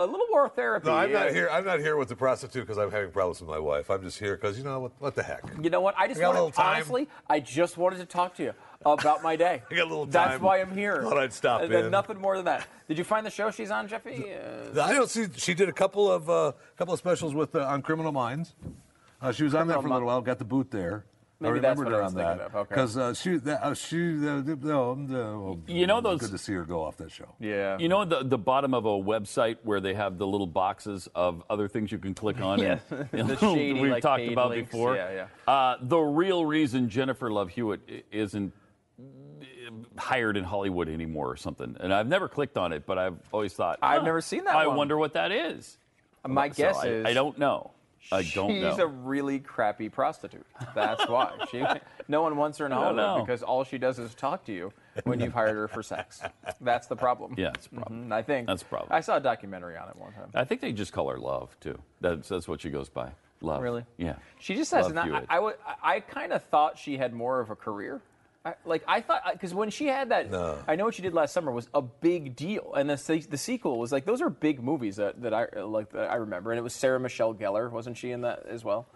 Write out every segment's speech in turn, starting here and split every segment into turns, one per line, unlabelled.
uh, a little more therapy.
No, I'm
Uh,
not here. I'm not here with the prostitute because I'm having problems with my wife. I'm just here because you know what? What the heck?
You know what? I just
I got a
wanted,
little time.
honestly, I just wanted to talk to you about my day.
I got a little
That's
time.
why I'm here.
Thought I'd stop
And, and
in.
nothing more than that. Did you find the show she's on, Jeffy? Uh,
I don't see. She did a couple of uh, couple of specials with uh, on Criminal Minds. Uh, she was on there for a little while. Got the boot there. I
Maybe that's
remembered
what I
her
was
on
thinking
that
of, okay.
because uh, she that, uh, she uh, no, um, uh, well,
You know those-
good to see her go off that show.
yeah.
You know the the bottom of a website where they have the little boxes of other things you can click on.
Yeah.
and-
The
and
shady,
we've
like,
talked
paid
about
links.
before.
Yeah,
Uh, the real reason Jennifer Love Hewitt i- isn't uh, hired in Hollywood anymore or something. And I've never clicked on it, but I've always thought
I've
"Huh,
never seen that
I
one."
wonder what that is.
my
So
guess
I,
is
I don't know. I don't
she's
know.
a really crappy prostitute. That's why she. No one wants her in Hollywood
know.
because all she does is talk to you when you've hired her for sex. That's the problem.
yeah, it's a problem.
Mhm, I think
That's a problem.
I saw a documentary on it one time.
I think they just call her Love too. That's that's what she goes by. Love.
Really?
Yeah.
She just has
Love
not. I,
Hewitt.
I, would- I kind of thought she had more of a career. I, like I thought, because when she had that,
No.
I know what she did last summer was a big deal, and the se- the sequel was like those are big movies that, that I uh, like that I remember, and it was Sarah Michelle Gellar, wasn't she in that as well?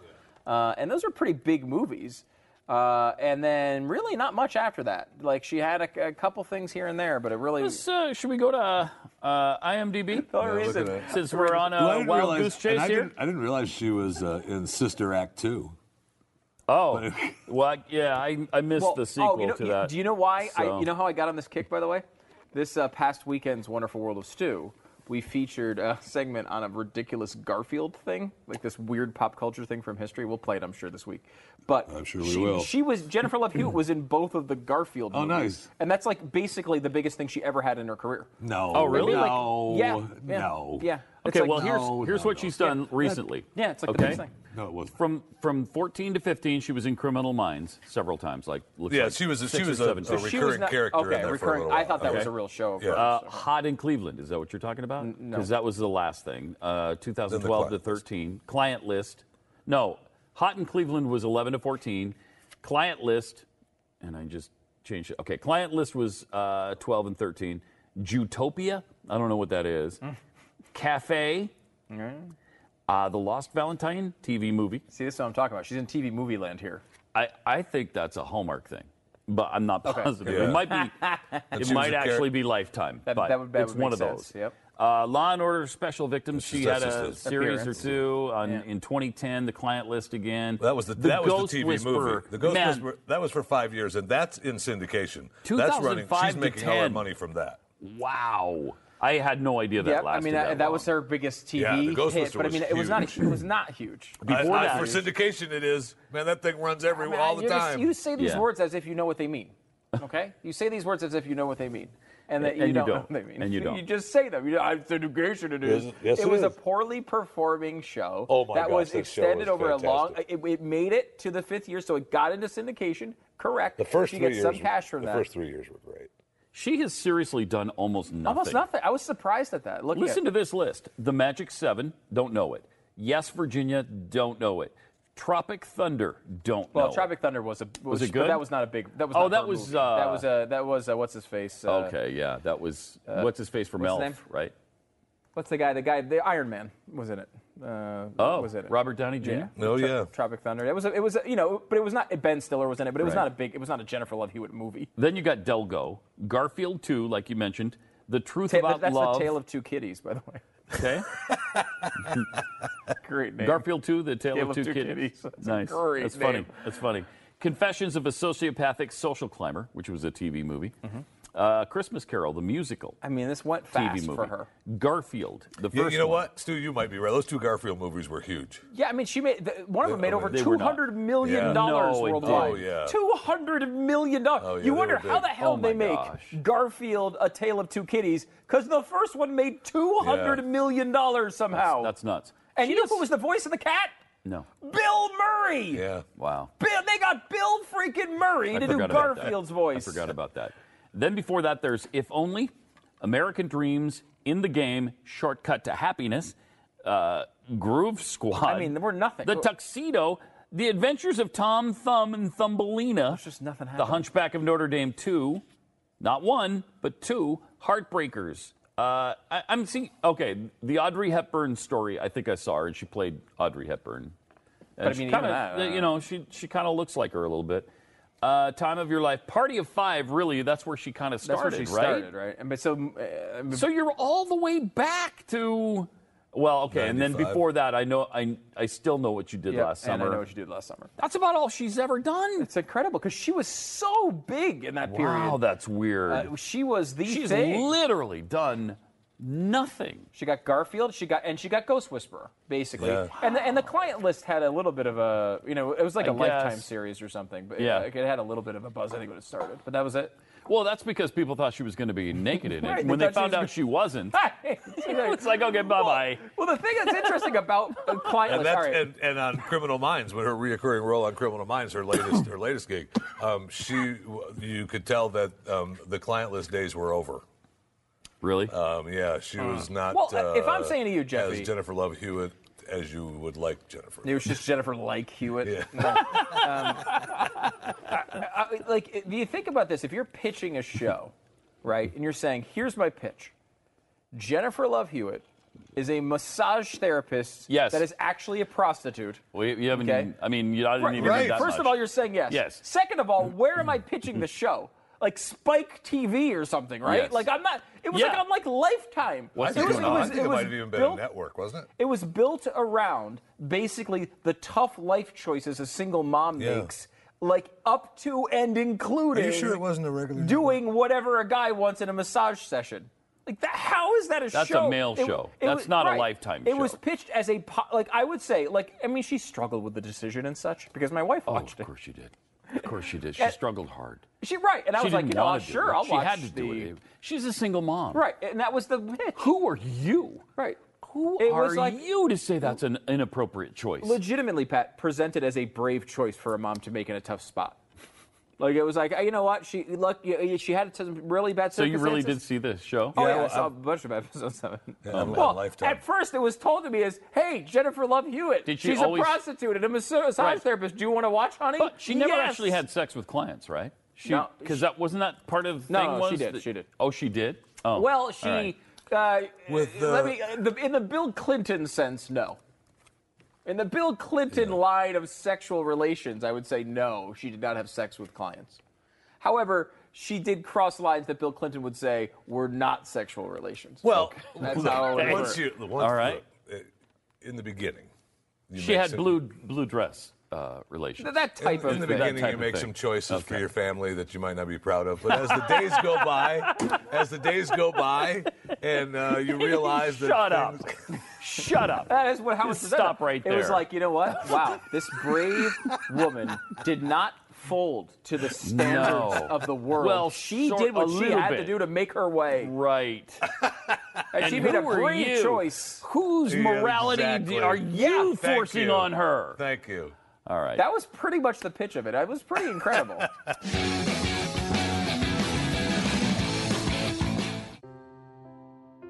Uh, and those are pretty big movies. Uh, and then really not much after that. Like she had a, a couple things here and there, but it really
Let's, uh, should we go to uh, IMDb?
Yeah,
look reason. at that.
Since we're on a
Well, I didn't
Uh, wild
realize-
goose chase
and I
here.
Didn't, I didn't realize she was uh, in Sister Act two.
Oh, well, I- yeah, I, I missed
Well,
the sequel
Oh, you know,
to
you-
that.
Do you know why? I,
So-
you know how I got on this kick, by the way? This uh, past weekend's Wonderful World of Stew we featured a segment on a ridiculous Garfield thing, like this weird pop culture thing from history. We'll play it, I'm sure, this week. But
I'm sure we
she,
will.
she was Jennifer Love Hewitt was in both of the Garfield.
Oh,
movies,
nice.
And that's like basically the biggest thing she ever had in her career.
No.
Oh, really?
Maybe like-
No.
yeah, yeah,
No.
yeah. It's
Okay,
like-
well
no,
here's here's
no,
what
no.
she's done recently.
Yeah, it's like the
okay?
best thing.
No, it wasn't.
From from 14 to 15, she was in Criminal Minds several times. Like looks
Yeah,
like
she was a-
six
she
or
was a-
seven
a
times.
re-
She was
recurring
not-
character in
Okay,
there for a
recurring.
little
I
while.
thought that was
Okay.
a real show. Of
Yeah.
hers.
Uh, hot in Cleveland. Is that what you're talking about? Because that was the last thing. Uh, 2012 to
client list.
13. Client list. No, hot in Cleveland was 11 to 14. Client list, and I just changed it. Okay, client list was uh, 12 and 13. Jutopia. I don't know what that is. Cafe. Uh, the Lost Valentine TV movie.
See, this is what I'm talking about. She's in TV movie land here.
I, I think that's a Hallmark thing, but I'm not positive.
Yeah.
It might be. it
she was
might
a char-
actually be Lifetime.
That-
but
that would- that
it's
would make
one of
sense,
those.
yep.
Uh, Law and Order Special Victims.
That's
She
just-
had
that's
a
just a-
series
Appearance.
or two on,
Yeah.
in 2010. The Client List again.
That was the, that was
Ghost
the TV
Whisperer.
movie. The Ghost
Man,
Whisperer. That was for five years, and that's in syndication. That's running.
2005
She's
to
making all her
10.
money from that.
Wow. I had no idea that
Yeah, I
lasted
mean
that,
that, that was
long.
her biggest TV
Yeah, the Ghost
hit,
Whisperer
but I mean
was
it was not
huge.
it was not huge.
Before
I- I-
that-
for syndication, it is. Man, that thing runs every
I mean,
all
I-
the
you just-
time.
you say these
Yeah.
words as if you know what they mean. Okay, you say these words as if you know what they mean, and that
And
you,
you
don't, know
don't.
what they mean.
And you don't.
You just say them. You know, I'm segregation. It is.
Yes, yes,
it
it
was a
is.
poorly performing show.
Oh my
That
gosh,
was
that show
extended
was
over a long.
fantastic.
It, it made it to the fifth year, so it got into syndication. Correct.
The first
she
three
gets
years.
some cash from
the
that.
first three years were great.
She has seriously done almost nothing.
Almost nothing. I was surprised at that. Look,
Listen
at,
to this list. The Magic Seven, don't know it. Yes, Virginia, don't know it. Tropic Thunder, don't
Well,
know it.
Tropic Thunder was a was,
it
but
good?
that was not a big. That was
Oh,
not
that
her
was,
movie.
uh,
that was a that was a, what's his face. Uh,
Okay, yeah, that was what's his face from
what's his name?
Elf, right?
What's the guy? The guy, the Iron Man was in it. Uh,
Oh,
was in it
Robert Downey Jr.
Yeah.
Oh yeah.
Tropic Thunder. It was, a, it was, a, you know, but it was not. Ben Stiller was in it, but it was
Right.
not a big. It was not a Jennifer Love Hewitt movie.
Then you got Delgo, Garfield 2, like you mentioned, The Truth
Ta-
About
that's
Love.
the Tale of Two Kitties, by the way.
okay.
Great name.
Garfield 2, The Tale,
Tale
of Two, Kitties.
That's a
nice.
great
That's
name.
funny. That's funny. Confessions of a Sociopathic Social Climber, which was a TV movie.
Mm-hmm.
Uh, Christmas Carol, the musical.
I mean, this went
TV
fast
movie.
for her.
Garfield, the
You,
first
you know
one.
what, Stu? You might be right. Those two Garfield movies were huge.
Yeah, I mean, she made the, one of them made over
they
two
were not.
hundred million
Yeah.
dollars
No, it
worldwide.
didn't. Oh, yeah.
two hundred million dollars.
yeah,
you
they
wonder
were big.
how the hell
Oh,
they
my
make
gosh.
Garfield a Tale of Two Kitties because the first one made two hundred million dollars somehow.
That's nuts.
and you know
She
who was
is-
the voice of the cat?
No.
Bill Murray.
Yeah.
Wow.
Bill, they got Bill freaking Murray
I
to do
forgot about that.
Garfield's voice.
I forgot about that. Then before that, there's If Only, American Dreams, In the Game, Shortcut to Happiness, uh, Groove Squad.
I mean, we're nothing.
The Tuxedo, The Adventures of Tom Thumb and Thumbelina. There's
just nothing
The
happening.
Hunchback of Notre Dame 2. Not one, but two. Heartbreakers. Uh, I, I'm seeing, okay, the Audrey Hepburn story. I think I saw her, and she played Audrey Hepburn. And
I mean,
she
even
kind
that, uh, I
of,
don't
you know, she she kind of looks like her a little bit. Uh, time of your life, party of five. Really, that's where she kind of
That's where
started,
she
right?
started, right? And but so, uh, I mean,
So you're all the way back to, well, okay, and then
95.
before that, I know I I still know what you did
yeah,
last
and
summer.
I know what she did last summer.
That's about all she's ever done.
It's incredible because she was so big in that
Wow,
period.
that's weird.
Uh, she was the
she's
thing.
literally done nothing.
she got Garfield. She got and she got Ghost Whisperer basically.
Yeah.
And the, and the client list had a little bit of a you know it was like a
I
lifetime
guess.
series or something. But
Yeah.
yeah, it, had a little bit of a buzz. I think when it started, but that was it.
Well, that's because people thought she was going to be naked in it.
Right, they
when they
thought she
found
was
out
gonna-
she wasn't, it's like okay, bye
Well-
bye.
Well, the thing that's interesting about uh, client list.
And that's
all right.
and, and on Criminal Minds, when her reoccurring role on Criminal Minds, her latest her latest gig, um, she you could tell that um, the client list days were over.
Really?
Uh,
Um, yeah, she was not.
Well, uh, if I'm
uh,
saying to you, Jeffy-
as Jennifer Love Hewitt, as you would like Jennifer.
It was just Jennifer like Hewitt. No. Um, I- I- like, it- do you think about this? If you're pitching a show, right, and you're saying, "Here's my pitch," Jennifer Love Hewitt is a massage therapist.
Yes.
that is actually a prostitute.
We, you haven't.
Okay.
Even, I mean, you, I didn't even.
right.
Need that
First
much.
of all, you're saying yes.
Yes.
Second of all, where am I pitching the show? Like Spike TV or something, right?
Yes.
Like I'm not. It was
Yeah.
like I'm like Lifetime.
What's
it
going
was,
on?
I
was-
think it,
was
might have even been a
built-
network, wasn't it?
it was built around basically the tough life choices a single mom
Yeah.
makes, like up to and including.
sure it wasn't a regular
Doing whatever a guy wants in a massage session. Like that, how is that a
That's a
show?
male
w-
show. That's not a Lifetime
It
show.
was pitched as a po- like I would say like I mean she struggled with the decision and such because my wife
Oh,
watched
of
it.
course you did. Of course she did. She
And-
struggled hard.
She right and I
she
was
didn't
like you know
wanna
I'll-
do
sure
it.
I'll
she
watch
had to
the
do it. She's a single mom.
right and that was the pitch.
Who are you?
right
Who
It
are
was like-
you to say that's an inappropriate choice?
legitimately Pat presented as a brave choice for a mom to make in a tough spot. Like it was like you know what she look she had some really bad.
so you really did
circumstances.
see this show?
Oh
Yeah,
yeah, I
well,
saw a
I'm-
bunch of episodes of it.
I'm on
well,
Lifetime.
at first it was told to me as, "Hey, Jennifer Love Hewitt,
Did she
she's
always-
a prostitute and a massage
Right.
therapist. Do you want to watch, honey?"
But she never
Yes.
actually had sex with clients, right? She
No,
because
she-
that wasn't that part of the
No,
thing
no,
was
she did,
that-
she did.
Oh, she did. Oh,
Well,
all
she
right.
uh,
With
let
the-
me uh, the, in the Bill Clinton sense, no. In the Bill Clinton line of sexual relations, I would say no, she did not have sex with clients. However, she did cross lines that Bill Clinton would say were not sexual relations.
Well,
That's
look,
how it would
once you,
work.
once,
All right.
look, uh, in the beginning, you
she
make
had
some-
blue blue dress uh, relations.
Th- that
In,
type of
in the
thing.
beginning,
type
you
of
make
thing.
some choices for your family that you might not be proud of. But as the days go by, as the days go by, and uh, you realize that
Shut up.
things-
Shut up.
That is what Howard
Just
presented.
stop right
It was
there.
like, you know what? Wow, this brave woman did not fold to the standards
No.
of the world.
Well,
she
sort-
did what
a
she
little
had to
bit.
do to make her way.
Right.
And, she
And
made a
who are
brave
you?
choice.
Whose
Yeah,
morality
exactly.
d- are you
Thank
forcing
you.
on her?
Thank you.
All right.
That was pretty much the pitch of it. It was pretty incredible.